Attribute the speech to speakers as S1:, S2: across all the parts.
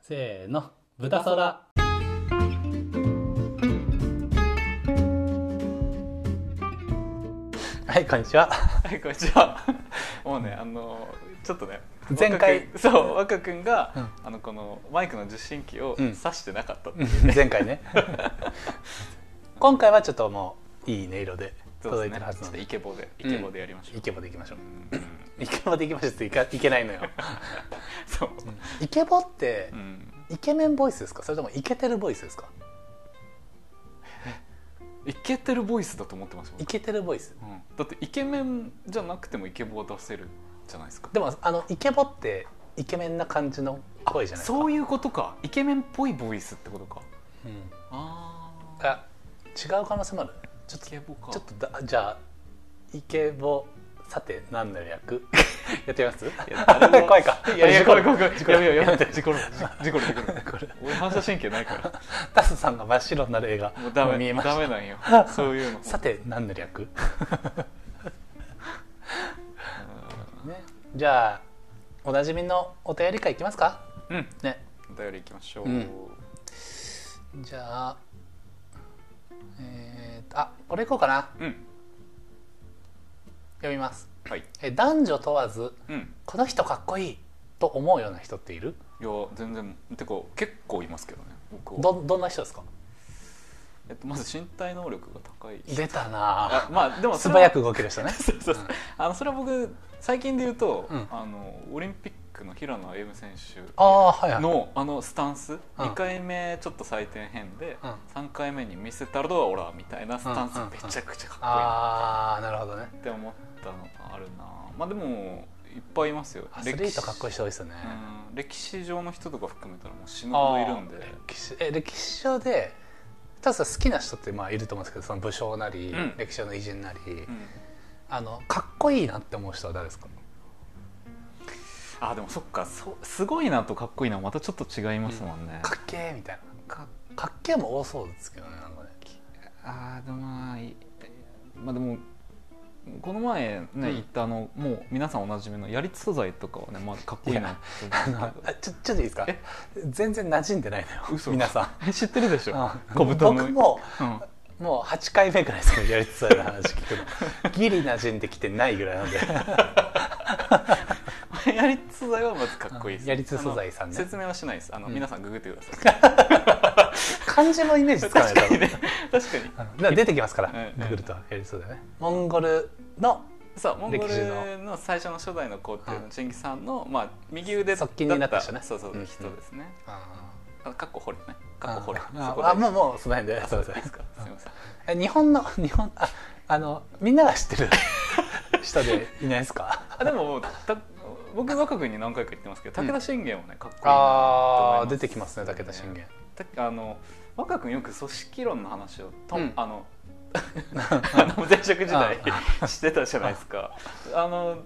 S1: せーの豚そら はいこんに ちは
S2: はいこんにちは もうねあのちょっとね
S1: 前回
S2: 若君そう若君が、
S1: うん
S2: あのこのマイクの受信機を
S1: う
S2: 挿
S1: ん
S2: してなかったっていう、
S1: 前回 ね今回はちょっともういい音色で
S2: そう
S1: 届い
S2: で
S1: てる
S2: すね
S1: はず
S2: ち
S1: なの
S2: ょっと
S1: で
S2: イケボでイ
S1: うん
S2: ケボでやりましょう、
S1: イケボでいきましょう
S2: うん
S1: イケボでいきましょうっていかいけないのよ
S2: そう、
S1: イケボって
S2: うん、
S1: イケメンボイスですかそれともイケてるボイスですか
S2: イケてるボイスだと思ってました
S1: イケてるボイス
S2: 僕うんだってイケメンじゃなくてもイケボを出せるじゃないですか
S1: でもあのイケボってイケメンな感じの声じゃないですか
S2: そう
S1: い
S2: いうことかイケメンっぽいボイスってことか
S1: うん、
S2: ああ
S1: あ違う可能性もあるちょっ
S2: イケボか
S1: とちょっとだじゃあイケボさて何の略 やってみます
S2: いや誰も
S1: 怖いか
S2: いや いや
S1: 事故
S2: 怖い
S1: る
S2: 怖い怖いやめようやめよう
S1: やめよう
S2: 事故る事故る事故る
S1: これ
S2: 俺反射神経ないから
S1: タスさんが真っ白になる映画
S2: もうダ
S1: 見え
S2: メ
S1: ました
S2: ダメなん よそういうの
S1: さて何の 略、ね、じゃあおなじみのお便り会いきますか
S2: うん
S1: ね
S2: お便りいきましょう、
S1: うんじゃあえーとあこれいこうかな
S2: うん
S1: 読みます
S2: はい
S1: え男女問わず
S2: うん
S1: この人かっこいいと思うような人っている
S2: いや全然てか結構いますけどね僕は、
S1: どどんな人ですか
S2: えっと、まず身体能力が高い
S1: 出たな
S2: あ
S1: あ
S2: まあでも
S1: 素
S2: それは
S1: 早く動ける人ね
S2: そうそうそうあのそれは僕最近で言うと、
S1: うん
S2: あのオリンピックの平野歩夢選手
S1: ああはいはい
S2: のあのスタンス、二2回目ちょっと採点変で、
S1: うん
S2: 三3回目に見せたらどうオラみたいなスタンス、
S1: うんうんうん
S2: めちゃくちゃかっこいいな
S1: ああなるほどね
S2: って思ったのがあるなまあでもいっぱいいますよ
S1: アスリートかっこいい
S2: い
S1: 人多いですよね、
S2: うん、歴史上の人とか含めたらもう死ぬほ
S1: あー
S2: どいるんで
S1: 歴史え歴史上でただ好きな人ってまあいると思うんですけどその武将なり、
S2: うん
S1: 歴史上の偉人なり、
S2: うん
S1: あのかっこいいなって思う人は誰ですか
S2: あでもそっかそすごいなとかっこいいなまたちょっと違いますもんね、
S1: かっけーみたいな
S2: か
S1: かっけーも多そうですけどねなんかね
S2: あーでもまあいまあでもこの前ね、
S1: ん
S2: 言ったあのもう皆さんおなじみのやりつ素材とかはねまあかっこいいなって思
S1: あ
S2: うん
S1: の
S2: だけど
S1: あちょちょっといいですか
S2: え
S1: 全然馴染んでないのよ
S2: 嘘
S1: 皆さん
S2: え 知ってるでしょ
S1: うん
S2: 小豚の
S1: 僕も
S2: うん
S1: もう8回目ぐらいですねやりつつある話聞くの ギリ馴染んできてないぐらいなんで
S2: やりつ素材はまずかっこいいです、
S1: うんやりつ素材さんね
S2: あの説明はしないですあの、
S1: うん
S2: 皆さんググってくださ い
S1: 漢字のイメージつかない
S2: 確
S1: と
S2: かにね確かに
S1: あのだから出てきますから
S2: うん
S1: ググるとやりそうだよねモンゴルの
S2: そうモンゴ
S1: 歴史
S2: ルの最初の初代の皇帝
S1: う
S2: の
S1: ん
S2: チンギス・ハンの、まあ、右腕だった
S1: 側近になった人ね
S2: そうそう、
S1: うんうん
S2: 人ですね
S1: あ
S2: あかっこ掘れね
S1: ー
S2: かっこ掘れ
S1: あ
S2: そ
S1: ー
S2: こで
S1: あもうもうその辺で
S2: あ
S1: すい
S2: そう
S1: ま
S2: です
S1: せん
S2: ですかすみません
S1: え日本の 日本ああのみんなが知 ってる人でいないですか
S2: あでもた僕若君に何回か言ってますけど
S1: うん
S2: 武田信玄もねかっこいいなと
S1: あー
S2: 思います
S1: 出てきますね武田信玄
S2: たあの若君よく組織論の話をと、
S1: うん
S2: あの あの前職時代
S1: う
S2: してたじゃないですかあの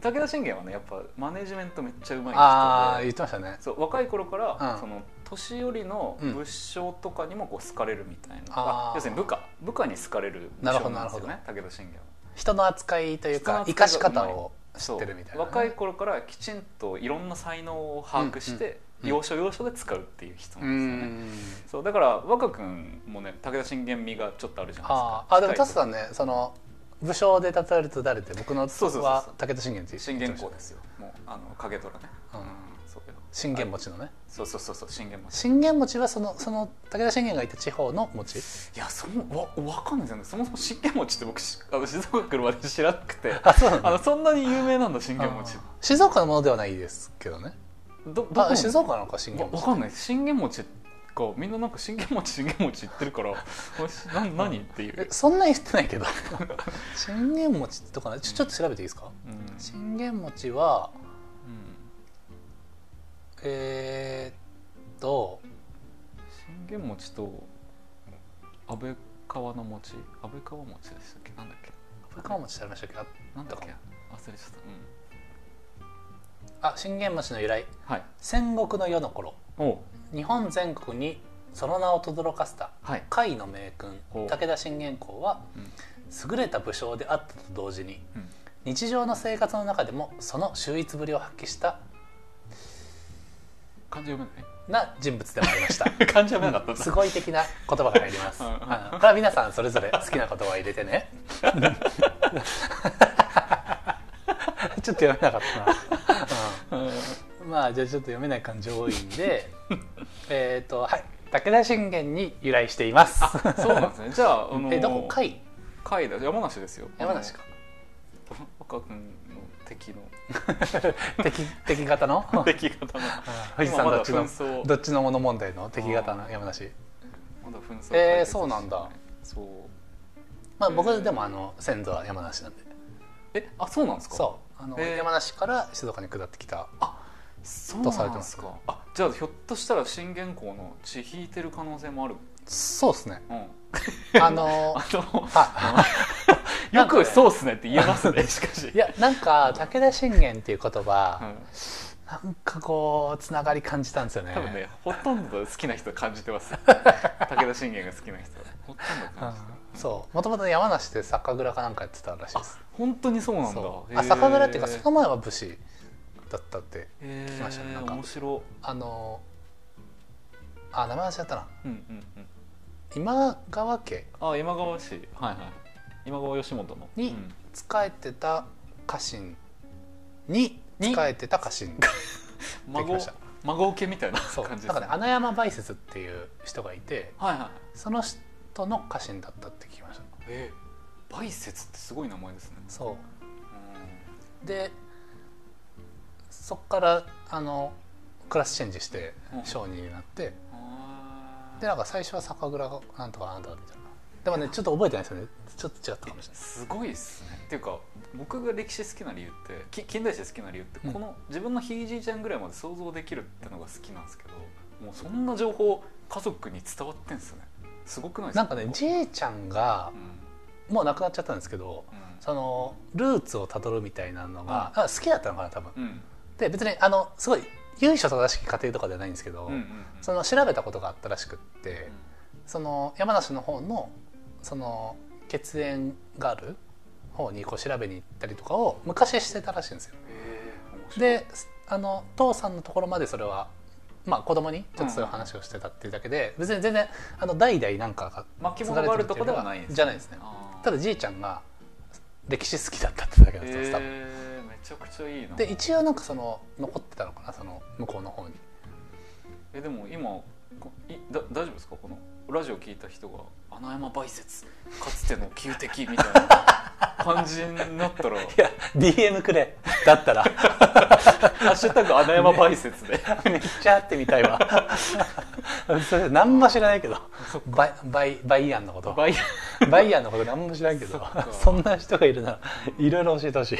S2: 武田信玄はねやっぱマネジメントめっちゃうまい人で
S1: ああ言ってましたね
S2: そう若い頃から、
S1: うん
S2: その年寄りの武将とかにもこう好かれるみたいな、
S1: あー
S2: 要するに部下部下に好かれる武将なんですよね武田信玄は。
S1: 人の扱いというか生
S2: 人の
S1: かし
S2: 扱いがうまい
S1: 方を知ってるみたい
S2: そう
S1: なね
S2: 若い頃からきちんといろんな才能を把握して、
S1: うんうん
S2: 要所要所で使うっていう人
S1: う
S2: な
S1: ー
S2: んですよね
S1: ん
S2: そうだから若君もね武田信玄味がちょっとあるじゃないです
S1: あ
S2: か
S1: ーあでもタス
S2: ス
S1: さんねその武将で例えると誰って僕の
S2: そうそうそうそう
S1: は武田信玄って言って
S2: 信
S1: ました
S2: 玄公ですよもうあの影虎ね、
S1: うん
S2: そうよ
S1: 信玄餅のね
S2: そうそうそうそう信玄餅
S1: 信玄餅はそのその武田信玄がいた地方の餅
S2: いやそもわわかんないですよねそもそも信玄餅って僕しあの静岡来るまで知らな くて
S1: あそうなん
S2: あのそんなに有名なんだ信玄餅
S1: 静岡のものではないですけどね
S2: どどこ
S1: あ静岡なのか信
S2: わ
S1: 玄
S2: わ
S1: 餅
S2: かんない信玄餅かみんななんか信玄餅 信玄餅言ってるから私な何っていう
S1: えそんな言ってないけど 信玄餅とかねちょちょっと調べていいですか
S2: うん
S1: 信玄餅は
S2: うん
S1: えー、っと
S2: 信玄餅と安倍川の餅安倍川餅でしたっけなんだっけ
S1: 福川餅ってありましたっけあ
S2: なんだっけ忘れちゃったうん
S1: あ信玄餅の由来
S2: はい
S1: 戦国の世の頃
S2: お
S1: 日本全国にその名を轟かせた
S2: はい
S1: 甲斐の名君
S2: ほう
S1: 武田信玄公は
S2: うん
S1: 優れた武将であったと同時に
S2: うん
S1: 日常の生活の中でもその秀逸ぶりを発揮した
S2: 漢字読めない
S1: な人物でもありま した
S2: 漢字読めなかったん
S1: す
S2: だ
S1: ごい的な言葉が入ります
S2: うんうん
S1: あのこれは皆さんそれぞれ好きな言葉を入れてねちょっと読めなかったな、うんまあじゃあちょっと読めない漢字多いんでえっとはい武田信玄に由来しています
S2: そうなんですねじゃあ、あの
S1: えどこかい
S2: 海だ山梨ですよ
S1: 山梨か
S2: あの岡君の敵の
S1: 敵敵型の
S2: 敵方の
S1: 富士山
S2: 今ま
S1: どっ
S2: だ
S1: ちの
S2: 紛争
S1: どっちのもの問題の敵型の山梨
S2: まだ紛争解決
S1: えーそうなんだ
S2: していそう
S1: まあ
S2: え
S1: 僕
S2: ー
S1: でもあの先祖は山梨なんで
S2: えあそうなんですか
S1: そうあの、
S2: えー
S1: 山梨から静岡に下ってきた
S2: そうな
S1: と
S2: んです
S1: され
S2: かあじゃあひょっとしたら信玄公の血引いてる可能性もある
S1: そうですね
S2: うん
S1: あ の
S2: あの
S1: は
S2: よくそうっすねって言えます ねしかし
S1: いやなんか武田信玄っていう言
S2: う
S1: 葉、
S2: ん
S1: なんかこうつながり感じたんですよね
S2: 多分ねほとんど好きな人感じ てます武田信玄が好きな人ほとんど
S1: う
S2: 感
S1: ん
S2: じてる
S1: そうもともと山梨で酒蔵かなんかやってたらしい
S2: あ
S1: です
S2: 本当にそうなんだ
S1: そう
S2: へー
S1: あ酒蔵っていうか酒前は武士だったって
S2: へ
S1: きましたねな
S2: ー
S1: んか
S2: 面白
S1: あのあ名前忘れちゃったな
S2: うんうんうん
S1: 今川家
S2: あ今川氏はいはい今川義元の
S1: に
S2: うん
S1: 仕えてた家臣に仕
S2: に
S1: えてた家臣でき
S2: 孫
S1: ました
S2: 孫受けみたいな
S1: そうだ
S2: 感じです
S1: からね穴山梅雪っていう人がいて
S2: はいはい
S1: その人の家臣だったって聞きました
S2: えー、梅雪ってすごい名前ですね
S1: そ
S2: うん
S1: うでそっからあのクラスチェンジして
S2: うん
S1: 商人になって、
S2: あー
S1: でなんか最初は酒蔵がなんとかなんとかみたいなでもねちょっと覚えてないですよねちょっと違ったかもしれない
S2: すごいっすねっていうか僕が歴史好きな理由ってき近代史好きな理由って、
S1: うん
S2: この自分のひいじいちゃんぐらいまで想像できるってのが好きなんですけどもうそんな情報家族に伝わってんすねすごくないです
S1: な
S2: か
S1: んかね
S2: ここ
S1: じいちゃんが
S2: うん
S1: もう亡くなっちゃったんですけどそのルーツをたどるみたいなのが、あ好きだったのかな多分
S2: うんうん
S1: で別にあのすごい由緒正しき家庭とかではないんですけど、
S2: うんうんうん
S1: その調べたことがあったらしくって、
S2: うん
S1: その山梨の方のその血縁がある方にこう調べに行ったりとかを昔してたらしいんですよ。
S2: えー面白い
S1: であの父さんのところまでそれは、まあ、子供にちょっとそういう話をしてたっていうだけで、別に全然あの代々なんかが
S2: 巻物があるとこではないんですね
S1: じゃないですね。
S2: あー
S1: ただじいちゃんが歴史好きだったってだけだったんです多分。
S2: えー、めちゃくちゃいいな
S1: で一応なんかその残ってたのかなその向こうの方に。
S2: えでも今こいだ大丈夫ですかこのラジオ聞いた人が「穴山梅雪かつての旧敵」みたいな感じになったら「
S1: いや DM くれだったら
S2: ハッシュタグ穴山梅雪で
S1: めっちゃ会ってみたいわ それ何も知らないけどバイバイバイアンのこと
S2: 梅
S1: バイアンのこと何も知らんけど
S2: そっか
S1: そんな人がいるならいろいろ教えてほしい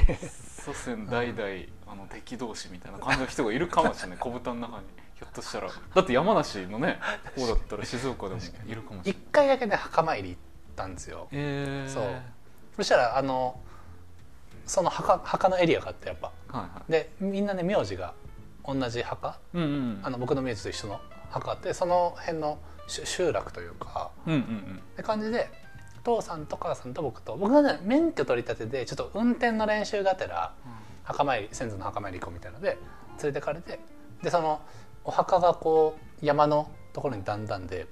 S2: 祖先代々あの敵同士みたいな感じの人がいるかもしれない小豚の中にひょっとしたらだって山梨のね方だったら静岡でもいるかもしれ
S1: 一
S2: ない
S1: 回だけね墓参り行ったんですよ
S2: えー、
S1: そうそしたらあのその墓墓のエリアがあってやっぱ
S2: はいは
S1: でみんなね名字が同じ墓
S2: いうんうん
S1: あの僕の名字と一緒の墓あってその辺の集集落というか
S2: うんうんうん
S1: って感じで父さんと母さんと僕と僕がね免許取り立てでちょっと運転の練習がてら墓参り先祖の墓参り行こうみたいので連れてかれてでそのお墓がこう山のところにだんだんで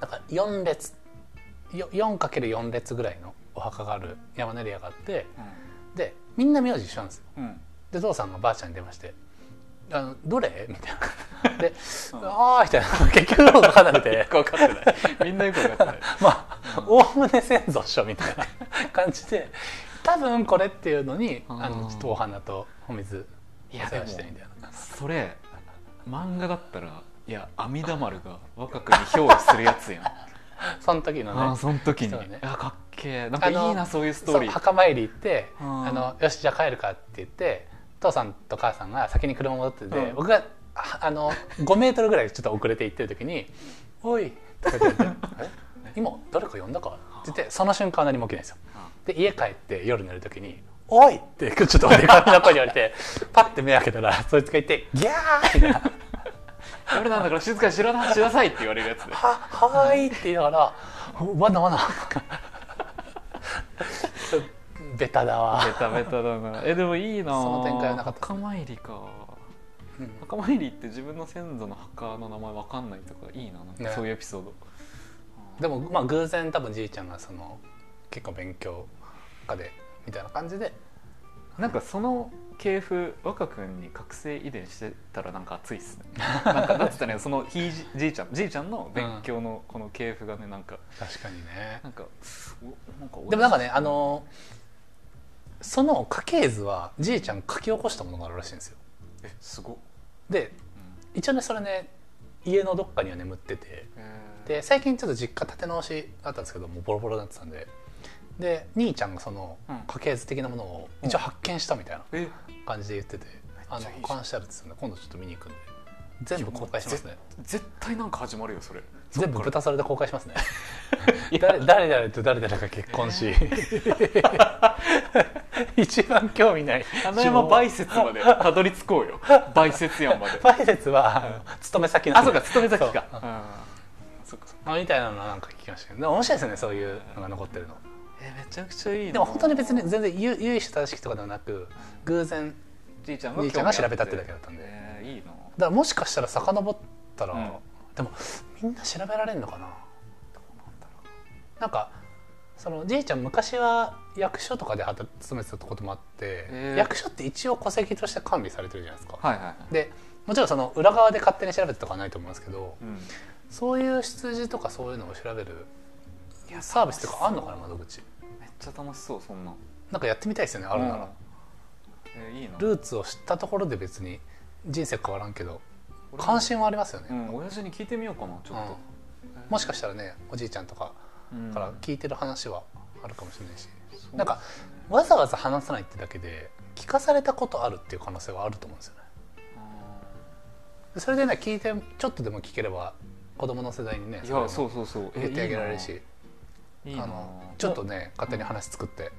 S1: なんか4列 4×4 列ぐらいのお墓がある山のエリアがあってでみんな名字一緒なんですよ
S2: うんうん
S1: で父さんがばあちゃんに電話して「あのどれ?」みたいな。で「ああ」みたいな結局よく分かんなくて
S2: よく分かって ないみんなよく分かってない
S1: まあおおむね先祖っしょみたいな感じで多分これっていうのに
S2: うん
S1: あのちょっとお花とお水お
S2: いや
S1: 世話してみたいな
S2: それ漫画だったらいや阿弥陀丸が若くに憑依するやつやん
S1: その時
S2: あ
S1: の
S2: あ
S1: ね
S2: その時に、
S1: そうだね
S2: あかっけえなんかいい
S1: あ
S2: な
S1: の
S2: そういうスト
S1: そ
S2: ー
S1: う
S2: リー
S1: 墓参り行って「
S2: うん
S1: あのよしじゃあ帰るか」って言って父さんと母さんが先に車戻ってて、
S2: うん
S1: 僕がああの5メートルぐらいちょっと遅れて行ってる時に「おい」とか言って「 え今誰か呼んだか?」って言ってその瞬間は何も起きないんですよ。で家帰って夜寝る時に「おい!」ってちょっとでかめの声で言われて パッて目開けたらそいつがいて「ギャー!」みたいな
S2: 俺なんだから静かにしなしなさいって言われるや つで
S1: 「は はーい!」って言いながら「わなわ な」ベタだわ
S2: ベタベタだなえでもいいな
S1: その展開はなかった
S2: 墓参りか
S1: うん
S2: 墓参りって自分の先祖の墓の名前わかんないとかいいななんか
S1: ね
S2: そういうエピソード、
S1: でもまあ偶然多分じいちゃんがその結構勉強家でみたいな感じで
S2: なんかその系譜若君に覚醒遺伝してたらなんか熱い っすねなんかだってたねそのひいじじいちゃんじいちゃんの勉強のこの系譜がねなんか
S1: 確かにね
S2: なんかおなんか
S1: でもなんかねあのその家系図はじいちゃん書き起こしたものがあるらしいんですよ
S2: えすごっ、
S1: で
S2: うん
S1: 一応ねそれね家のどっかには眠ってて
S2: えー
S1: で最近ちょっと実家立て直しだったんですけどもうボロボロになってたんでで兄ちゃんがその
S2: うん
S1: 家系図的なものを一応発見したみたいな
S2: え
S1: 感じで言ってて、あの
S2: めっちゃいいじゃん
S1: 保管してあるって言ってたんで今度ちょっと見に行くんで全部公開しますね
S2: 絶対なんか始まるよそれ
S1: 全部豚それで公開しますね
S2: いや
S1: 誰誰々と誰々が結婚 し一番興味ない
S2: 花山梅雪 までたどり着こうよ梅雪山まで
S1: バイセツは勤め先な
S2: あ
S1: んで
S2: そうか勤め先か
S1: そう
S2: うんそっかそっか
S1: みたいなのはなんか聞きましたけどでも面白いですよねそういうのが残ってるの
S2: えめちゃくちゃいいな
S1: でも本当に別に全然由由緒正しきとかではなく偶然
S2: じいちゃん
S1: 兄ちゃんが調べたってだけだったんで
S2: えーいいな
S1: だからもしかしたら遡ったら、
S2: うん
S1: でもみんな調べられるのかなどうなんだろうなんかそのじいちゃん昔は役所とかで働勤めてたこともあって、
S2: へー
S1: 役所って一応戸籍として管理されてるじゃないですか、
S2: はいはいはい
S1: でもちろんその裏側で勝手に調べてとかはないと思うんですけど
S2: うん
S1: そういう出自とかそういうのを調べるサービスとかあんのかな窓口
S2: めっちゃ楽しそうそんな
S1: なんかやってみたいですよねあるなら、
S2: うんえーいいな
S1: ルーツを知ったところで別に人生変わらんけど
S2: 俺も
S1: 関心はありますよね、
S2: うん親父に聞いてみようかなちょっとえー
S1: もしかしたらねおじいちゃんとか
S2: うん
S1: から聞いてる話はあるかもしれないし、
S2: そう
S1: なんかわざわざ話さないってだけで聞かされたことあるっていう可能性はあると思うんですよね
S2: あ
S1: それでね聞いてちょっとでも聞ければ子供の世代にね
S2: ーい
S1: れを
S2: やそうそうそうえ
S1: 言ってあげられるし
S2: いいな
S1: あ
S2: いいな
S1: のちょっとね勝手に話作って、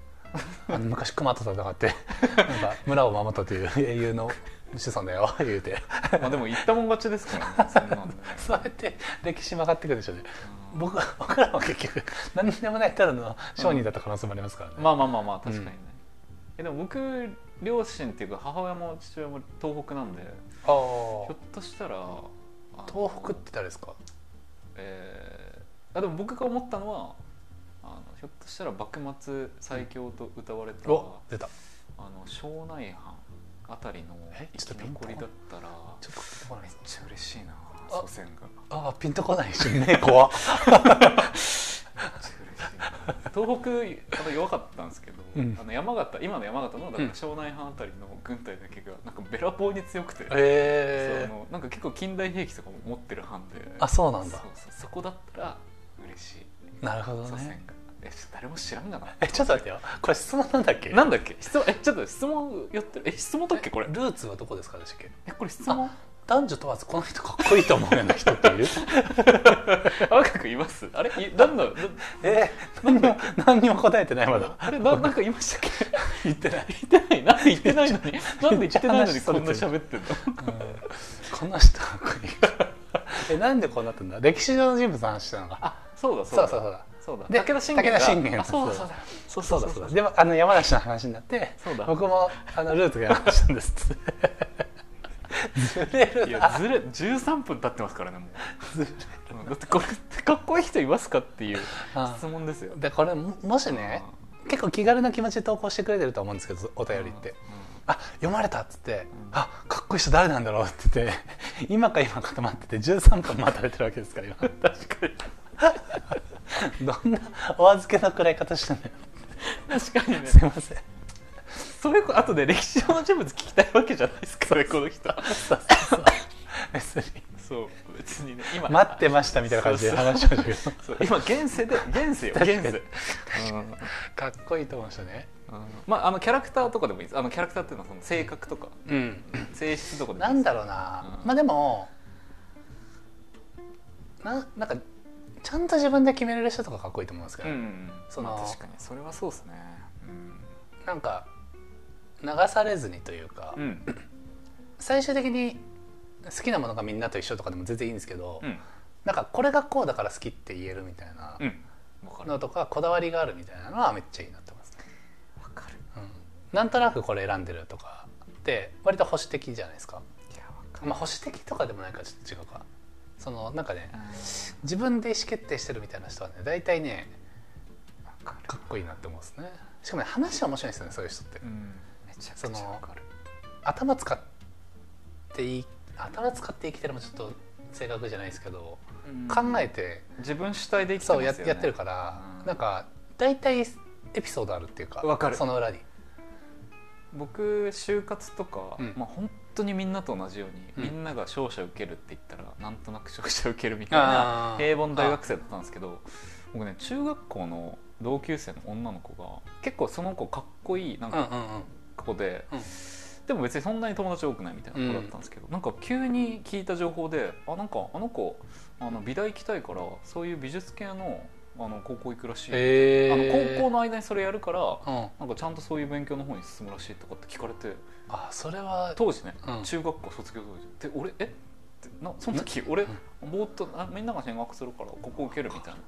S1: あの昔熊と戦って なんか村を守ったという英雄の子孫だよ言うて
S2: まあでも言ったもん勝ちですか らねそんなんね
S1: そうやって歴史曲がってくるでしょうね
S2: うん
S1: 僕僕らも結局何でもないただの商人だった可能性もありますからね、
S2: まあまあまあまあ確かにね
S1: うん
S2: えでも僕両親っていうか母親も父親も東北なんで
S1: あ
S2: ひょ
S1: ー
S2: っとしたらあの
S1: 東北って誰ですか
S2: えーあでも僕が思ったのはあのひょっとしたら幕末最強と歌われた、
S1: お出た
S2: あの庄内藩あたりの
S1: え
S2: 生
S1: ちょっと
S2: き
S1: ピンポン
S2: 残りだったらめ
S1: ちょっと聞いてこない
S2: っちゃ嬉しいな
S1: あ
S2: 祖先が
S1: ああピンとこないしね怖っ
S2: めっちゃ嬉しいな東北あの弱かったんですけど、
S1: うん
S2: あの山形今の山形のだか
S1: う
S2: ら
S1: ん
S2: 庄内藩あたりの軍隊だけがなんかべらぼうに強くて、
S1: えー
S2: そうあのなんか結構近代兵器とかも持ってる藩で
S1: あそうなんだ
S2: そうそうそこだったら嬉しい
S1: なるほど
S2: 祖先が
S1: ね
S2: えちょ誰も知らんがな
S1: えちょっと待ってよこれ質問なんだっけ
S2: なんだっけ質問えちょっと質問やってるえ質問だっけこれ
S1: ルーツはどこですかでしたっけ
S2: えこれ質問
S1: 男女問わずこの人かっこいいと思うような人っている
S2: 若くいますあれいなんだな
S1: えー、何も何にも答えてないまだ
S2: あ れななんか言いましたっけ
S1: 言ってない、
S2: 言ってないなんで言っ てないのになんで言ってないのにこんな喋ってんの
S1: この人かっこいい えなんでこうなったんだ歴史上の人物の話したのか
S2: あそうだ
S1: そう
S2: だ
S1: だそうだ
S2: そうだ
S1: で
S2: 武田信玄
S1: 武
S2: が
S1: 田信玄
S2: あそうだ
S1: そ
S2: そうう
S1: だ
S2: だそう
S1: そう
S2: だ
S1: だ
S2: そ
S1: そうう
S2: だ
S1: だでもあの山梨の話になって
S2: そうだ
S1: 僕もあのルーツが山梨なんですっつってずれる
S2: いや ずれ13分経ってますからねもううんだってこれってかっこいい人いますかっていう質問ですよ
S1: でこれももしね結構気軽な気持ちで投稿してくれてると思うんですけどお便りって「あ読まれた」っつって
S2: ん
S1: 「あかっこいい人誰なんだろう」って言って今か今かと待ってて13分待たれてるわけですから今
S2: 確かに
S1: どんなお預けのくらい方してんだよ
S2: 確 かにね
S1: すいませ ん
S2: それ後で歴史上の人物聞きたいわけじゃないですかそれこの人
S1: そうそうそう別に
S2: そう別にね今
S1: 待ってましたみたいな感じで話しましたけど
S2: そう今現世で 現世よ
S1: 確か
S2: 現
S1: に
S2: 世うん
S1: かっこいいと思う人ね
S2: まああのキャラクターとかでもいいですあのキャラクターっていうのはその性格とか
S1: うん
S2: 性質とかでもい
S1: ないん
S2: です
S1: だろうな、
S2: うん
S1: まあでもななんかちゃんと自分で決めれる人とかかっこいいと思うんですけ
S2: う
S1: ど、
S2: んうん
S1: そ
S2: そ
S1: の
S2: の確かにそれはそうですね
S1: なんか流されずにというか、
S2: うんうん
S1: 最終的に好きなものがみんなと一緒とかでも全然いいんですけど、
S2: うん
S1: なんかこれがこうだから好きって言えるみたいな
S2: うん分かる
S1: のとかこだわりがあるみたいなのはめっちゃいいなって思います、ね
S2: 分かる
S1: うん、なんとなくこれ選んでるとかって割と保守的じゃないですか
S2: いや分
S1: まあ、保守的とかでもないからちょっと違うかそのなんかね
S2: うん
S1: 自分で意思決定してるみたいな人はね大体ね
S2: わかる
S1: かっこいいなって思うんですねしかもね話面白いんですよねそういう人って
S2: うんめちゃくちゃわかる
S1: 頭使ってい頭使って生きてるのもちょっと正確じゃないですけど考えて
S2: 自分主体で生きて
S1: そう
S2: ま
S1: や
S2: すよね
S1: やってるから
S2: うん
S1: なんか大体エピソードあるっていうか
S2: わかる
S1: その裏に
S2: 僕就活とか、
S1: うん
S2: まあ本当にみんなと同じように、
S1: うん
S2: みんなが商社受けるって言ったらなんとなく商社受けるみたいな
S1: あー
S2: 平凡大学生だったんですけど僕ね中学校の同級生の女の子が結構その子かっこいいなん
S1: うんう
S2: か
S1: んうん
S2: 子で、
S1: うん
S2: でも別にそんなに友達多くないみたいな子だったんですけど、なんか急に聞いた情報であなんかあの子あの美大行きたいからそういう美術系のあの高校行くらしい、
S1: へ
S2: あの高校
S1: の
S2: の間にそれやるから
S1: うん
S2: なんかちゃんとそういう勉強の方に進むらしいとかって聞かれて
S1: あそれは
S2: 当時ね、
S1: うん
S2: 中学校卒業当時で俺えってなその時俺ぼーっとあみんなが進学するからここ受けるみたいな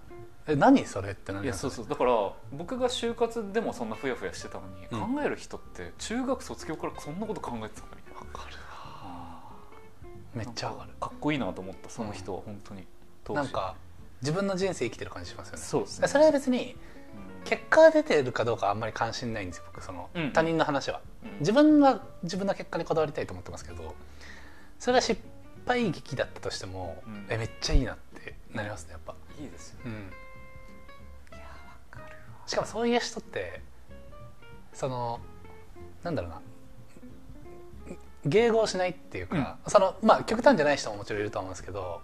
S1: え何それって何
S2: いやそうそうだから僕が就活でもそんなふやふやしてたのに、
S1: うん
S2: 考える人って中学卒業からそんなこと考えてたのみたいな
S1: わかる
S2: あ
S1: めっちゃわかる
S2: ーかっこいいなと思ったその人は本当に、当時
S1: なんか自分の人生生きてる感じしますよね
S2: そうです
S1: そ
S2: ね
S1: れは別に
S2: うん
S1: 結果が出てるかどうかあんまり関心ないんですよ僕その、
S2: うん
S1: 他人の話は
S2: うん
S1: 自分は自分の結果にこだわりたいと思ってますけどそれが失敗劇だったとしても、
S2: うん
S1: えめっちゃいいなってなりますねやっぱ、
S2: いいですよね
S1: うん、
S2: いやわかるわ
S1: しかもそういう人ってそのなんだろうな迎合しないっていうか、そのまあ極端じゃない人ももちろんいると思うんですけど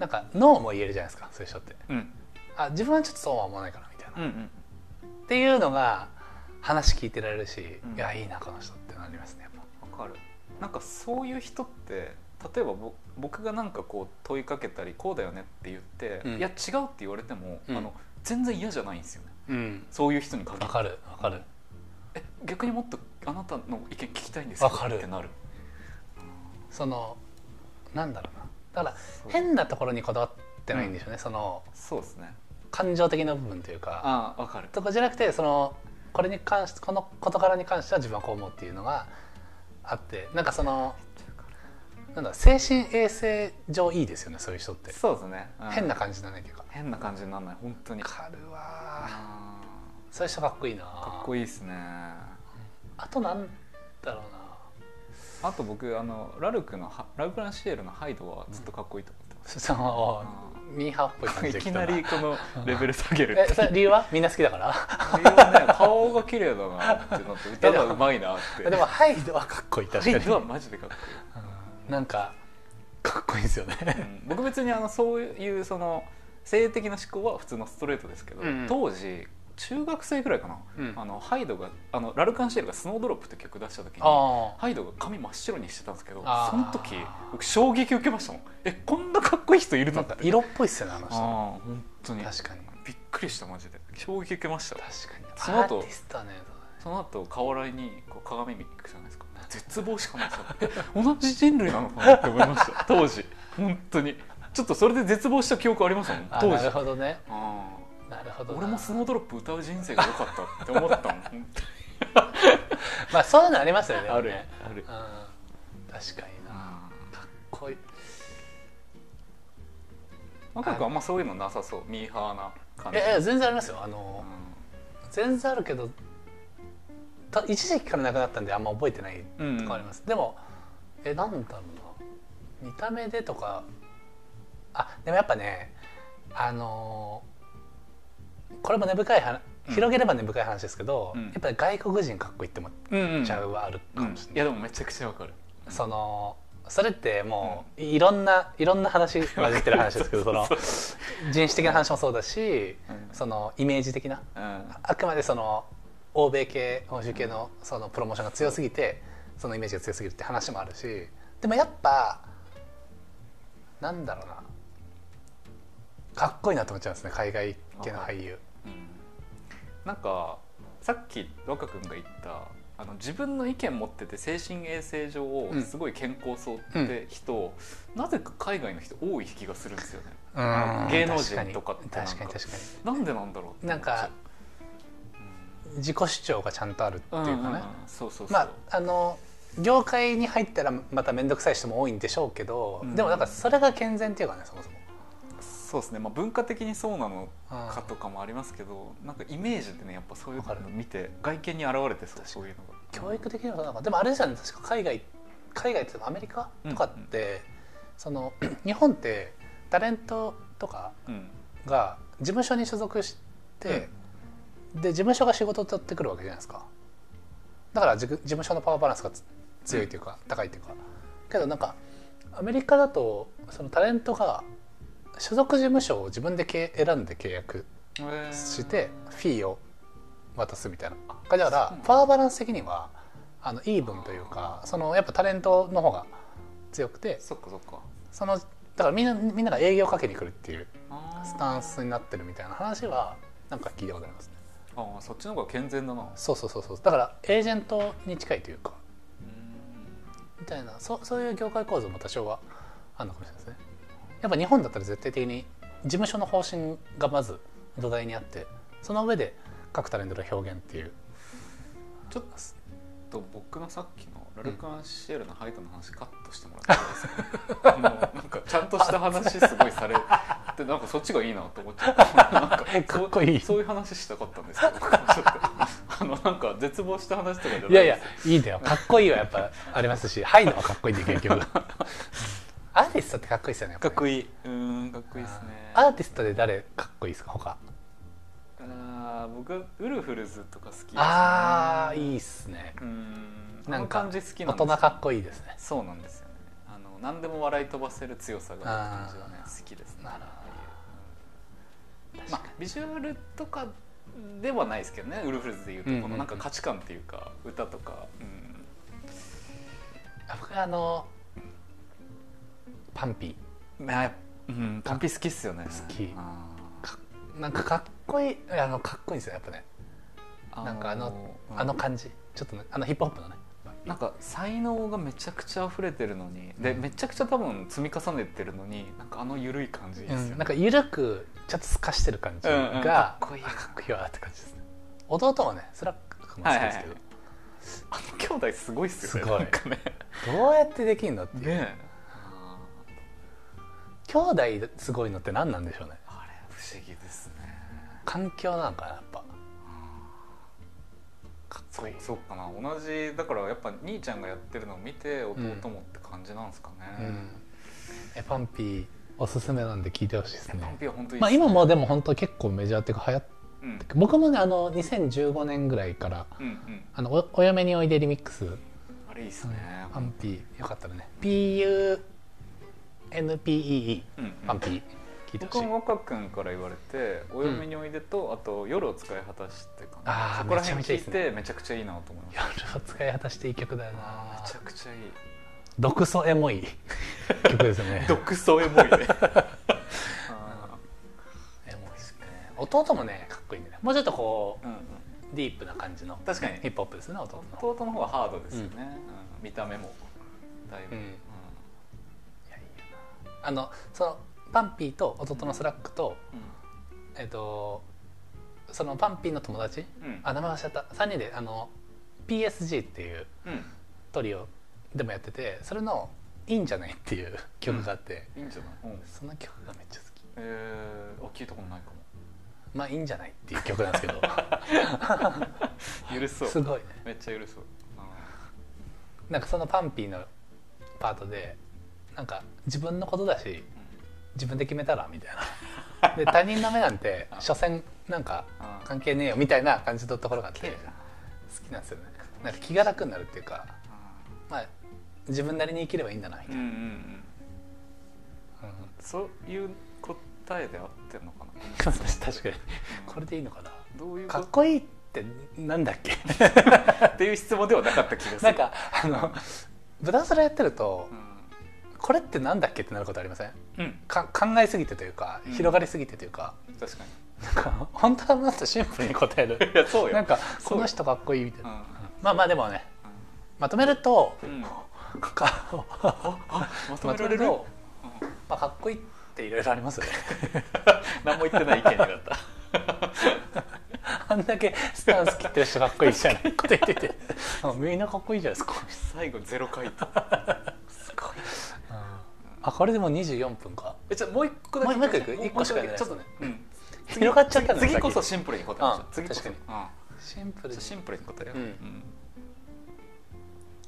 S1: なんかノーも言えるじゃないですかそういう人って
S2: うんうん
S1: あ自分はちょっとそうは思わないからみたいな、
S2: うんうん
S1: っていうのが話聞いてられるし、
S2: うん
S1: いやいいなこの人ってなりますねやっぱ
S2: わかるなんかそういう人って例えばぼ僕がなんかこう問いかけたりこうだよねって言って、
S1: うん
S2: いや違うって言われても、
S1: うん
S2: あの全然嫌じゃないんですよね
S1: うん
S2: そういう人に限って
S1: わかるわかる
S2: え逆にもっとあなたの意見聞きたいんです
S1: わかる
S2: ってなる
S1: そのなんだろうなだから
S2: そう
S1: 変なところにこだわってないんでしょうね、その
S2: そうですね
S1: 感情的な部分というか
S2: ああわかる
S1: とかじゃなくてそのこれに関してこの事柄に関しては自分はこう思うっていうのがあってなんかそのなんだ精神衛生上いいですよねそういう人って
S2: そうですね、うん
S1: 変な感じじゃないというか
S2: 変な感じにならない本当に
S1: わかるわ
S2: あ
S1: そういう人かっこいいな
S2: ーかっこいいですね
S1: あとなんだろうな
S2: あと僕あのラルクのハラルクランシエルのハイドはずっとかっこいいと思ってます、
S1: そのミーハーっぽい感じで
S2: い
S1: 来
S2: き
S1: た
S2: なりこの レベル下げる
S1: えそれ理由はみんな好きだ から
S2: いやね顔が綺麗だな ってなって歌がうまいなって
S1: でもハイドはかっこいい確かに、
S2: 態度はマジでかっこ
S1: うんなんかかっこいいですよ
S2: いい、
S1: ね
S2: うん僕別にあのそういうその性的な思考は普通のストレートですけど、
S1: うん
S2: 当時中学生ぐらいかな、
S1: うん
S2: あのハイドがあのラルカンシエルが「スノードロップ」って曲出した時にハ
S1: あ
S2: イドが髪真っ白にしてたんですけど
S1: あー
S2: その時僕衝撃受けましたもんえこんなかっこいい人いる
S1: あな
S2: の
S1: ん
S2: って
S1: か色っぽいっすよねあの
S2: ああ
S1: 人
S2: 本当に
S1: 確かに
S2: びっくりしたマジで衝撃受けました
S1: 確かに
S2: その後
S1: アーティストはね
S2: その後顔洗いにこう鏡見に行くじゃないですか絶望しかないですよえ同じ人類なのかなって思いました当時本当にちょっとそれで絶望した記憶ありますもん
S1: あ
S2: 当
S1: な
S2: 時
S1: るほどね
S2: あ
S1: なるほ
S2: ー
S1: どな
S2: 俺もスノードロップ歌う人生が良かったって 思ったもん本
S1: まあそういうのありますよ
S2: 当
S1: ね
S2: にある
S1: ね
S2: ある
S1: うん確かになかっこいい
S2: 若くあんまそういうのなさそうミーハーな感
S1: い
S2: じ
S1: やいや全然ありますよあ
S2: う
S1: の
S2: ん
S1: 全然あるけどた一時期からなくなったんであんま覚えてない
S2: うん
S1: とかあります、でもえなんだろうな見た目でとかあでもやっぱねあのーこれも根深い話
S2: うん
S1: 広げれば根深い話ですけど、
S2: うん
S1: やっぱり外国人かっこいいって思っ
S2: うんうん
S1: ちゃうはあるか
S2: う
S1: も
S2: ん
S1: し
S2: い
S1: れ
S2: や
S1: ない、
S2: でもめちゃくちゃわかる
S1: そのそれってもう、いろんないろんな話混じってる話ですけどその人種的な話もそうだし、
S2: うん
S1: そのイメージ的な
S2: うん
S1: あくまでその欧米系欧州系のそのプロモーションが強すぎてそのイメージが強すぎるって話もあるしでもやっぱなんだろうなかっこいいなと思っちゃうんですね海外系の俳優
S2: なんかさっき若君が言ったあの自分の意見持ってて精神衛生上を
S1: うん
S2: すごい健康そうって人、なぜか海外の人多い気がするんですよね
S1: うん
S2: 芸能人とかってなんか
S1: 確かに確か
S2: なんでなんだろう
S1: になんか自己主張がちゃんとあるっていうかね
S2: そうそうそう、
S1: まああの業界に入ったらまた面倒くさい人も多いんでしょうけど、
S2: うん
S1: でもなんかそれが健全っていうかねそもそも
S2: そうですね、まあ、文化的にそうなの
S1: うん
S2: かとかもありますけど、なんかイメージでねやっぱそういうの
S1: わかる
S2: 見て外見に現れてそうそういうのが
S1: 教育的にもそうなのかでもあれですよね確か海外海外って言ってもアメリカとかって、その 日本ってタレントとか
S2: うん
S1: が事務所に所属して、で事務所が仕事を取ってくるわけじゃないですかだからじ事務所のパワーバランスがつ強いというか、高いというかけどなんかアメリカだとそのタレントが所属事務所を自分でけ選んで契約
S2: えー
S1: してフィーを渡すみたいなだか
S2: そうな
S1: ら
S2: んだ
S1: パワーバランス的にはあのイーブンというかそのやっぱタレントの方が強くて
S2: そっかそっか
S1: そのだからみんなみんなが営業かけに来るっていう
S2: あー
S1: スタンスになってるみたいな話はなんか聞いたことありますね
S2: あーそっちの方が健全だなう
S1: そうそうそうそうだからエージェントに近いというか
S2: ん
S1: みたいなそそういう業界構造も多少はあるのかもしれないですねやっぱ日本だったら絶対的に事務所の方針がまず土台にあってその上で各タレントの表現っていう
S2: ちょっと僕のさっきのラルク・アンシエルのハイトの話カットしても らっていいですか、もうなんかちゃんとした話すごいされてなんかそっちがいいなと思っちゃったなんか
S1: かっこいい
S2: そういう話したかったんですけど僕はちょっとあのなんか絶望した話とかじゃない
S1: いやいやいいんだよかっこいいはやっぱありますし「はい」のはかっこいいんで結局 アーティストってかっこいいですよね
S2: かっこ
S1: いい
S2: いいうーんかっこいいですね
S1: アーティストで誰かっこいいですか他
S2: あー僕はウルフルズとか好きです、ね、
S1: あーい
S2: い
S1: いっすね
S2: うーん
S1: な
S2: あ
S1: ん
S2: の
S1: か
S2: 感じ好きな
S1: 大
S2: んです
S1: 人かっこいいですね
S2: そうなんですよねあの何でも笑い飛ばせる強さがある感じがね
S1: あー
S2: 好きですね
S1: なるほど
S2: ああいううんまあビジュアルとかではないですけどねウルフルズでいうと、
S1: うんうんうん
S2: このなんか価値観っていうか歌とか、うん、
S1: 僕あのパンピ
S2: まあ、うん、パンピ好きっすよね
S1: 好き
S2: あー
S1: ーなんかかっこいいあのかっこいいですよやっぱね
S2: ー
S1: なんかあの
S2: うん
S1: あの感じちょっとねあのヒップホップのね
S2: なんか才能がめちゃくちゃ溢れてるのにでめちゃくちゃ多分積み重ねてるのになんかあの緩い感じいいですよね、
S1: うんなんか緩くちょっと透かしてる感じ
S2: う
S1: が、
S2: んうんかっこいい
S1: あかっこいいわって感じですね弟もねスラックも好きですけど、
S2: はいあの兄弟すごいっすよ
S1: す
S2: ね
S1: ごい
S2: なんかね
S1: どうやってできんのっていう、
S2: ね
S1: 兄弟すごいのって何なんでしょうね
S2: あれ不思議ですね
S1: 環境なのかなやっぱかっ
S2: そ
S1: こ
S2: う
S1: いい
S2: そうかな同じだからやっぱ兄ちゃんがやってるのを見て弟
S1: ん
S2: もって感じなんですかね、
S1: うんえパンピーおすすめなんで聞いてほしいです
S2: パ
S1: ね
S2: ンピは本当にいい
S1: ま
S2: っ
S1: あ
S2: すね
S1: 今もでも本当結構メジャーっていうか流行って
S2: うん
S1: 僕もねあの2015年ぐらいから
S2: うんうん
S1: あのおお嫁においでリミックス
S2: あれいいっすね、
S1: パンピーよかったらね PUNPEE
S2: うんうん
S1: パンピー聞いてほ
S2: 僕
S1: しい
S2: も若君から言われて「お嫁においでと」あと「夜を使い果たして」か
S1: あ
S2: な
S1: ー
S2: そこら辺
S1: めちゃ
S2: 聞
S1: め
S2: い
S1: ちゃいい
S2: てめちゃくちゃいいなと思いまし
S1: 夜を使い果たしていい曲だよ
S2: た
S1: な
S2: めちゃくちゃいい
S1: 毒素エモい曲ですね
S2: 独創 エモいねあ
S1: エモいですね弟もねかっこいいんだよねもうちょっとこ
S2: ーうんうん
S1: うディープな感じの
S2: 確かに
S1: ヒップホップですね弟の方
S2: 弟の方がハードですよね、うん見た目もだいぶ、
S1: うん
S2: うん
S1: いやいいよなあのそのパンピーと弟のスラックと、えっとそのパンピーの友達
S2: うんうん
S1: あ名前忘れちゃった3人であの PSG っていう
S2: うん
S1: トリオでもやっててそれの「いいんじゃない?」っていう曲があって、
S2: いいんじゃない、うん
S1: その曲がめっちゃ好き
S2: えー、あ聞いたことないか
S1: まあいいんじゃないっていう曲なんですけど
S2: も許 そう
S1: すごいね
S2: めっちゃ許そうあ
S1: なんかそのパンピーのパートでなんか自分のことだし
S2: ーうん
S1: 自分で決めたらみたい なで他人の目なんて所詮なんか
S2: あー
S1: 関係ねえよみたいな感じのところがあって
S2: け
S1: 好
S2: えな
S1: きなんですよねなんか気が楽になるっていうか
S2: あ
S1: まあ自分なりに生きればいいんだなみ
S2: ー
S1: た
S2: う
S1: い
S2: んう
S1: な、
S2: んうん
S1: うん
S2: そういう答えで合ってるのかな、
S1: 確かに
S2: うん
S1: これでいいのかな
S2: どういう
S1: か
S2: こ
S1: っこいいってなんだっけ
S2: とっていう質問ではなかった気がする
S1: なんかあのブラスラやってると
S2: う
S1: これってなんだっけってなることありません
S2: ん、うん、
S1: か考えすぎてというか
S2: うん
S1: 広がりすぎてというか、
S2: 確か
S1: なんか本当はもっとシンプルに答える
S2: にいやそうよ
S1: なんか
S2: そ
S1: こ
S2: うよ
S1: の人かっこいいみたい
S2: うん
S1: なまあまあでもねまとめると
S2: うんうん
S1: か
S2: まと
S1: ま
S2: め
S1: とめ
S2: られ
S1: る
S2: る
S1: と、まあ、かっこいいっていろいろありますよね
S2: 何も言ってない意見になった
S1: あんだけスタンス切ってる人かっこいいじゃないこと言っててあみんなかっこいいじゃないですか、
S2: 最後ゼロ回答すごい
S1: あこれでもう24分か
S2: えじゃあもう一個だけ
S1: もうもう一個いく
S2: もう
S1: 一個しか
S2: もう一
S1: やらない
S2: ちょっとね、うん、
S1: 広がっちゃったね
S2: 次
S1: さっき
S2: こそシンプルに答えましょう、
S1: うん
S2: 次こそ
S1: 確
S2: か
S1: シンプ
S2: う
S1: ル
S2: ん、
S1: に
S2: シンプルに答えよう
S1: う
S2: うんん、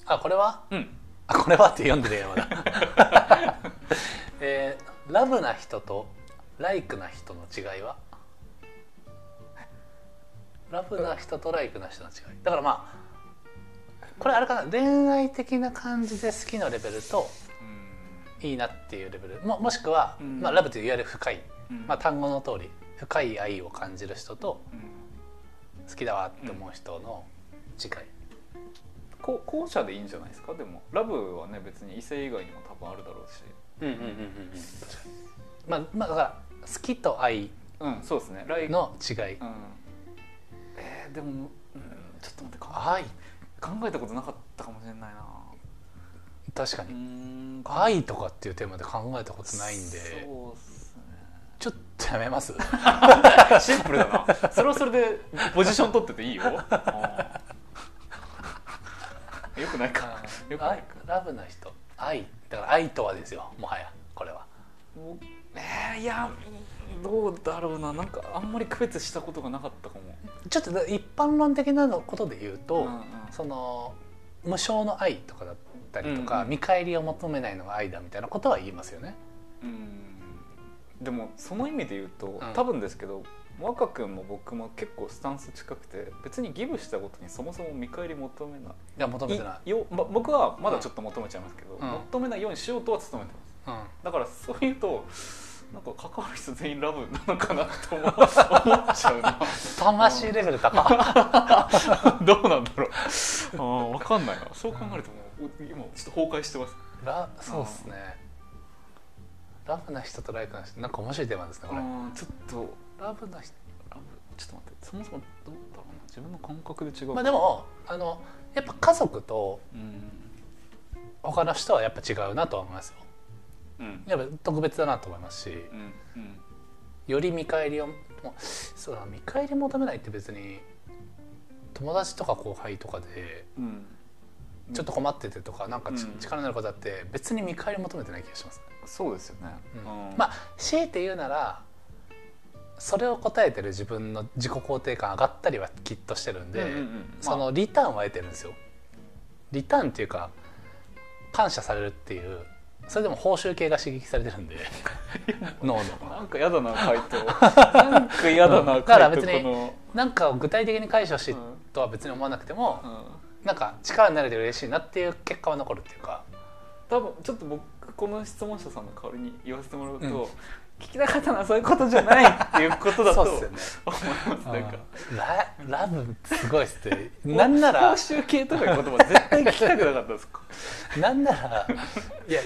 S1: あこれは
S2: うん
S1: あこれはって読んでるよまだ えーラブな人とライクな人の違いはラブな人とライクな人の違いだからまあこれあれかな恋愛的な感じで好きのレベルといいなっていうレベルももしくは、
S2: うん
S1: まあ、ラブといういわゆる深い、
S2: うん
S1: まあ、単語の通り深い愛を感じる人と
S2: うん
S1: 好きだわって思う人の違い、
S2: こう後者でいいんじゃないですかでもラブはね別に異性以外にも多分あるだろうし
S1: うんうんうんうんうんまあまあだから好きと愛
S2: うんそうですね来
S1: の違い
S2: うんえー、でも、うん、ちょっと待ってか
S1: 愛
S2: 考えたことなかったかもしれないな
S1: 確か
S2: うー
S1: に
S2: ん
S1: 愛とかっていうテーマで考えたことないんで
S2: そうっすね
S1: ちょっとやめます
S2: シンプルだな それはそれでポジション取ってて いいよよくないかよくない
S1: 愛
S2: か
S1: ラブな人愛だから愛とはですよもはやこれは
S2: おえー、いやどうだろうななんかあんまり区別したことがなかったかも
S1: ちょっと一般論的なのことで言うと、
S2: うんうん
S1: その無償の愛とかだったりとか、
S2: うんうん
S1: 見返りを求めないのが愛だみたいなことは言いますよね
S2: うんでもその意味で言うと、
S1: ん
S2: 多分ですけど若君も僕も結構スタンス近くて別にギブしたことにそもそも見返り求めない
S1: いや求めてない
S2: いよ、ま、僕はまだちょっと求めちゃいますけど、
S1: ん
S2: 求めないようにしようとは努めてます
S1: うん
S2: だからそういうとなんか関わる人全員ラブなのかなと思う思っちゃうな
S1: 魂レベル高
S2: どうなんだろうあ分かんないなそう考えるともうお今ちょっと崩壊してます
S1: ラそうっすねラブな人とライクな人なんか面白いテーマですねこれ
S2: うんちょっと
S1: ラブな人
S2: ラブちょっと待ってそもそもどうだろうな自分の感覚で違う
S1: まあでもあのやっぱ家族と
S2: うん
S1: 他の人はやっぱ違うなとは思いますよ
S2: うん
S1: やっぱ特別だなと思いますし
S2: うんうん
S1: より見返りをもうそうだな見返り求めないって別に友達とか後輩とかで
S2: うん
S1: ちょっと困っててとかなんかち、
S2: うん
S1: 力になることだって別に見返り求めてない気がします、
S2: そうですよね、
S1: うん
S2: うん
S1: まあ強いて言うならそれを答えてる自分の自己肯定感上がったりはきっとしてるんで、
S2: うんうんうんまあ
S1: そのリターンは得てるんですよリターンっていうか感謝されるっていうそれでも報酬系が刺激されてる んで脳の
S2: なんか嫌だな回答なんか嫌だな
S1: うんだ
S2: 回答
S1: から別に
S2: この
S1: なんか具体的に解消しいとは別に思わなくても、
S2: うん
S1: なんか力になれて嬉しいなっていう結果は残るっていうか
S2: 多分ちょっと僕この質問者さんの代わりに言わせてもらうと、
S1: うん
S2: 聞きたかったのはそういうことじゃないっていうことだ と
S1: そうっすよね
S2: 思いますなんか
S1: ララブすごいっす ってなんな
S2: 報
S1: ら
S2: 酬系とかいう言葉絶対聞きたくなかったですか
S1: なんならいや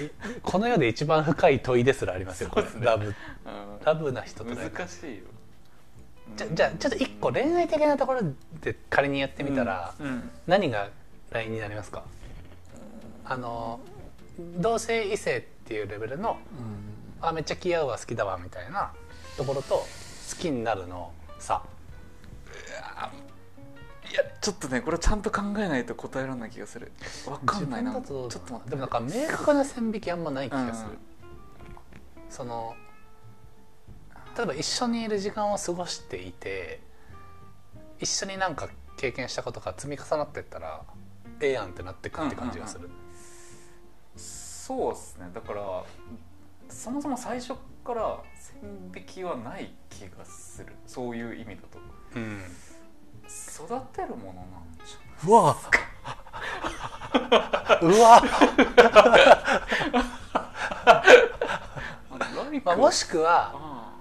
S1: この世で一番深い問いですらありますよこれ、
S2: そうっすね
S1: ラブラブな人
S2: う
S1: と
S2: ん
S1: ライク
S2: 難しいよ
S1: じゃじゃあちょっと一個恋愛的なところで仮にやってみたら、
S2: うんうん
S1: 何が LINE になりますかあの同性異性っていうレベルの「あめっちゃ気合うわ好きだわ」みたいなところと「好きになる」の差
S2: いやちょっとねこれちゃんと考えないと答えられない気がするわかんないな
S1: 自分だとどう
S2: ち
S1: だ
S2: ょっと
S1: ろう
S2: 待
S1: な
S2: っ
S1: で
S2: て
S1: もなんか明確な線引きあんまない気がする、
S2: うん
S1: その例えば一緒にいる時間を過ごしていて一緒になんか経験したことが積み重なってったらええやんってなってくって感じがする、
S2: そうですねだからそもそも最初から線引きはない気がするそういう意味だと
S1: うん
S2: 育てるものなんじゃないう
S1: わうわ、
S2: あライク
S1: まあ、もしくは
S2: あ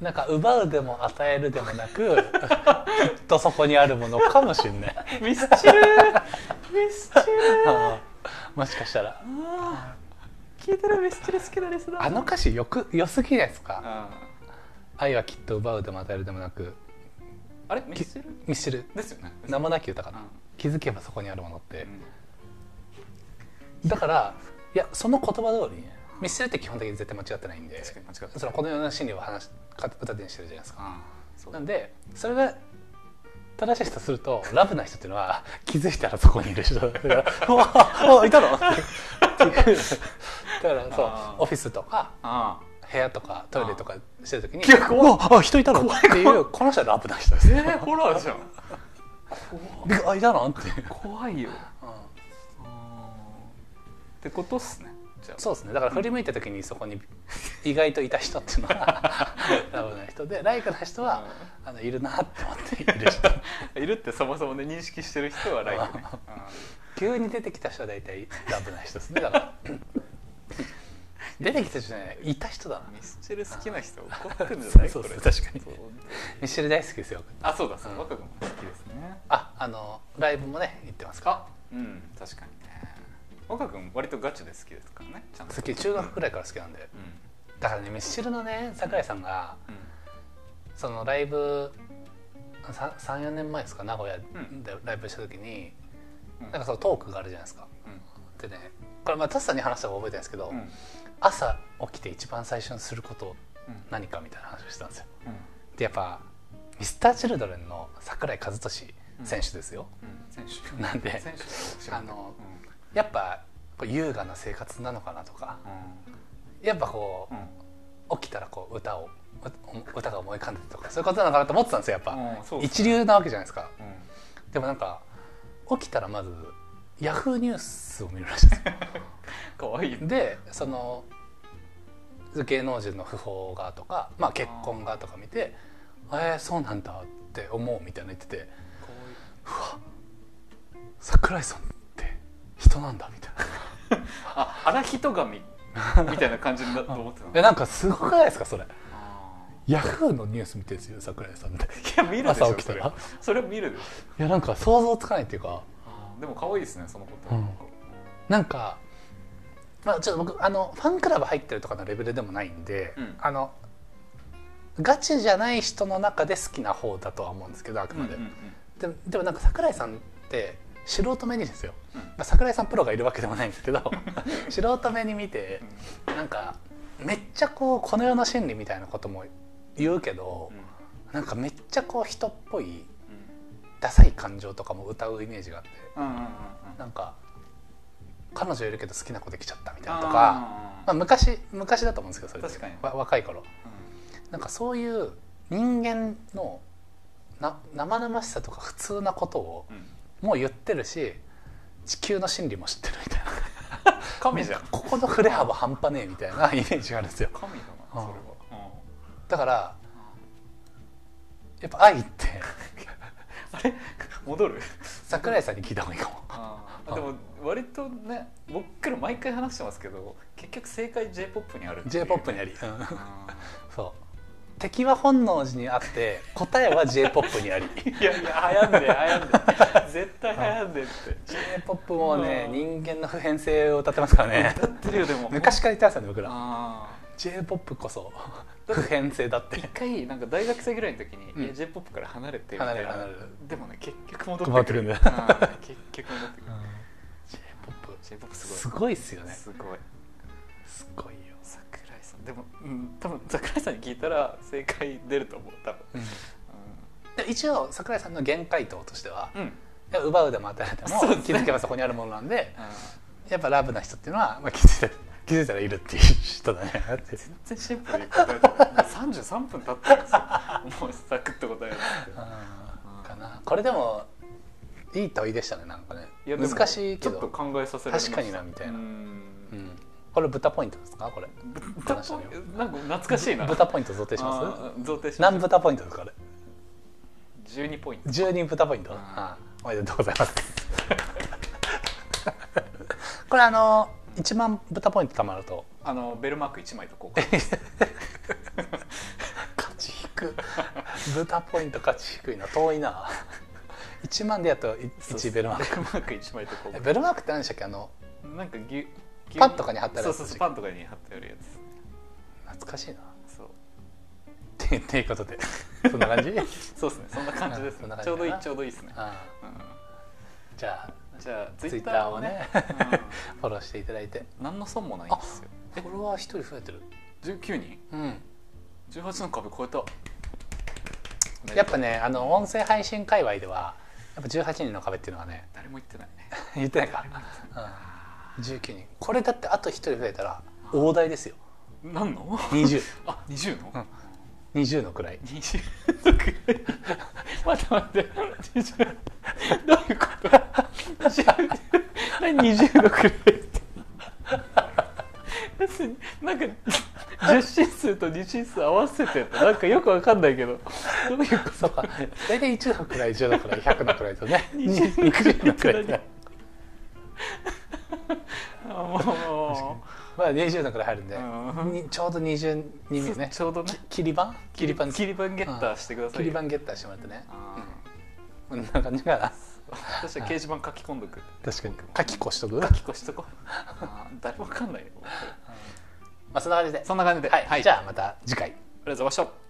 S1: なんか奪うでも与えるでもなくきっとそこにあるものかもしれない
S2: あミスチルミスチル
S1: もしかしたら
S2: あー聞いたらミスチル好きなレスだ
S1: あの歌詞よく良すぎないですか
S2: あ
S1: 愛はきっと奪うでも与えるでもなく
S2: あれミスチル
S1: ミスチル
S2: ですよね
S1: 名もなき歌かな、
S2: うん
S1: 気づけばそこにあるものって
S2: う、ん
S1: だからいやその言葉通りねミスチルって基本的に絶対間違ってないんで
S2: 確かに間違った
S1: そのこの世の真理を話し歌歌にしてるじゃないですか
S2: あーそう
S1: な
S2: だ
S1: んでそれが正しい人するとラブな人っていうのは気づいたらそこにいる人だから「うわあいた の?」っていうだからそう
S2: あー
S1: オフィスとか
S2: あ
S1: 部屋とかトイレとかしてる時に
S2: いや怖いう
S1: わあ人いたのっていうこの人はラブな人で
S2: あ
S1: す
S2: えー、ホラーじゃん
S1: であいたのっていう、
S2: 怖いよ
S1: うん
S2: ってことっすねじゃあ
S1: そうですねだから振り向いた時にそこに意外といた人っていうのはラブな人でライクな人はあのいるなって思っている人
S2: いるってそもそもね認識してる人はライ クね、
S1: 急に出てきた人は大体ラブな人ですねだから出てきた人じゃないいた人だな
S2: うんミスチル好きな人怒ってんじゃない
S1: そうそう
S2: これ
S1: 確かに
S2: そう
S1: ミシェル大好きですよ
S2: あそうだそううん若君も好きですね
S1: ああのライブもね行ってますか
S2: あうん確かにね若君割とガチで好きですからねちゃんと
S1: 好き中学ぐらいから好きなんで
S2: うん
S1: だからねミシェルのね桜井さんが
S2: う
S1: そのライブ34年前ですか名古屋で
S2: うん
S1: ライブした時に、なん
S2: ん
S1: かそのトークがあるじゃないですかでねこれまあタスさんに話したか覚えてないですけど、
S2: うんうん
S1: 朝起きて一番最初にすること
S2: うん
S1: 何かみたいな話をしてたんですよ
S2: うん
S1: でやっぱミスターチルドレンの桜井和寿選手ですよ、
S2: うん選手
S1: なんで
S2: 選手知
S1: あ
S2: らない
S1: のやっぱこう優雅な生活なのかなとかやっぱこ
S2: うんうん
S1: う起きたらこう歌をう歌が思い浮かんでるとかそういうことなのかなと思ってたんですよやっぱ、
S2: うんそうです
S1: 一流なわけじゃないですか
S2: うんうん
S1: でもなんか起きたらまずヤフーニュースを見るらしいです よ
S2: 可愛いね
S1: でその芸能人の訃報がとか、まあ、結婚がとか見て「えー、そうなんだ」って思うみたいなの言ってて
S2: 可愛い
S1: 「桜井さんって人なんだ」みたいな
S2: あ荒人 神みたいな感じだと思ってたの
S1: えなんかすごくないですかそれ
S2: あ
S1: ヤフーのニュース見てるんですよ桜井さんって
S2: ーいや見るでし
S1: 朝
S2: ょ
S1: 起き
S2: そ
S1: た
S2: れ
S1: ら
S2: はそれは見るでしょ
S1: いやなんか想像つかないっていうか
S2: でも可愛いですねそのこと
S1: うんなんか、まあ、ちょっと僕あのファンクラブ入ってるとかのレベルでもないんで、
S2: うん
S1: あのガチじゃない人の中で好きな方だとは思うんですけどあく
S2: うんう
S1: ま
S2: ん
S1: で、
S2: うん
S1: でもでもなんか桜井さんって素人目にですよ、
S2: うん
S1: まあ、桜井さんプロがいるわけでもないんですけ ど素人目に見てなんかめっちゃこうこの世の真理みたいなことも言うけど
S2: うん、う
S1: なんかめっちゃこう人っぽい
S2: ん
S1: ダサい感情とかも歌うイメージがあって
S2: うんうんうんうん
S1: なんか彼女いるけど好きな子できちゃったみたいなとか
S2: あ
S1: まあ、昔昔だと思うんですけどそれって
S2: 確かに
S1: わ若い頃
S2: ーうん
S1: なんかそういう人間のな生々しさとか普通なことを
S2: うん
S1: もう言ってるし地球の真理も知ってるみたいな
S2: 神じゃん
S1: ここの振れ幅半端ねえみたいなイメージがあるんですよ
S2: 神だなそれはうん
S1: だからやっぱ愛 って
S2: あれ戻る
S1: 桜井さんに聞いた方がいいかも
S2: あ ーでも割とね僕ら毎回話してますけど結局正解 j p o p にあるっていう
S1: j p o p にあり、うん
S2: あ
S1: そう敵は本能寺にあって答えは j p o p にあり
S2: ーいやいや流行んで流行んで 絶対流行んでって
S1: j p o p もね
S2: うん
S1: 人間の普遍性を歌ってますからね
S2: 歌ってるよでも
S1: 昔から言ってますよね僕ら
S2: あー
S1: j p o p こそ 普遍性だって
S2: 一回なんか大学生ぐらいの時に、
S1: うん
S2: いや J−POP から離れてみたい
S1: 離れ
S2: な
S1: る離れる
S2: でもね結局戻ってくる
S1: 戻って
S2: うん結局戻ってくる
S1: j p o p
S2: J−POP
S1: す
S2: すごい
S1: ごいっすよね
S2: すごい
S1: すごいよ、
S2: 桜井さんでも、うん、多分桜井さんに聞いたら正解出ると思う多分
S1: で一応桜井さんの原回答としては
S2: うん、うん
S1: いや奪うでも与えても
S2: そうです
S1: 気
S2: ね
S1: づけばそこにあるものなんで
S2: あ
S1: やっぱラブな人っていうのは、まあ、気づいた 気づいたらいるっていう人だねって
S2: ー全然シンプルに答えてない33分経ってるんですよもうサクッと答えなくて
S1: うんかなこれでもいい問いでしたねなんかね
S2: やでも
S1: 難しいけ
S2: ちょっと
S1: ど、
S2: 考えさせられました
S1: 確かになみたいな
S2: うん
S1: うん、これ豚ポイントですかこれ
S2: 豚ポイントなんか懐かしいな
S1: 豚ポイント贈呈します
S2: あー贈呈します
S1: 何豚ポイントですかこれ
S2: 12ポイント
S1: 12豚ポイント、
S2: うん
S1: あーおめでとうございます これあの1万豚ポイント貯まると
S2: あのベルマーク1枚と交 換
S1: 勝ち低い 豚ポイント価値低いな遠いな1万でやっと1ベルマー
S2: ベルマーク1枚と交
S1: クベルマークって何でしたっけあの
S2: 換なんかぎゅぎゅ
S1: パンとかに貼ってある
S2: そ
S1: や
S2: う
S1: つ
S2: そうそうパンとかに貼ってあるや
S1: 懐かしいな
S2: つそう
S1: ってっていうことで そんな感じ
S2: そうですねそんな感じです
S1: うんそんな
S2: ね
S1: 感じ
S2: ちょうどいい
S1: だな
S2: ちょうどいいですね、
S1: あ
S2: う
S1: ーじゃあ
S2: ん、じゃあツイ
S1: ツイ
S2: ッ
S1: ッ
S2: タ
S1: タ
S2: ー
S1: ー
S2: を
S1: を
S2: ね
S1: ね、
S2: う
S1: フォローしていただいて
S2: ん、何の損もないんですよ
S1: フォロワー1人増えてる
S2: 19人
S1: うん
S2: 18の壁超えたですね
S1: やっぱねあの音声配信界隈ではやっぱ18人の壁っていうのはね
S2: 誰も言ってないね
S1: 言ってないか、うん、19人これだってあと1人増えたら大台ですよ
S2: 何の
S1: 2020
S2: あ二20の、
S1: うん20のく らい
S2: 二十のくらい待って待って二十どういうこと二十何二十のくらいってなんか10進数と2進数合わせてなんかよくわかんないけどどういうこ
S1: そうか大体1のくらい10のくらい100のくらいとね
S2: 20の位
S1: 20のくらい
S2: くらいとあも
S1: まあ20のくらい入るんで、
S2: うん
S1: にちょうど20人目
S2: う、
S1: ね
S2: ちょうどね
S1: 切り板切り板切
S2: 切り板ゲッターしてくださいよ
S1: り板ゲッターしてもらってね
S2: あ
S1: こんな感じかな
S2: ー私は掲示板書き込んどく
S1: 確かに書き越しとく、ま
S2: 書き越しとこうあー誰もわかんないよ
S1: あ、そんな感じで
S2: そんな感じで
S1: はい、じゃあまた次回
S2: ありがとうございました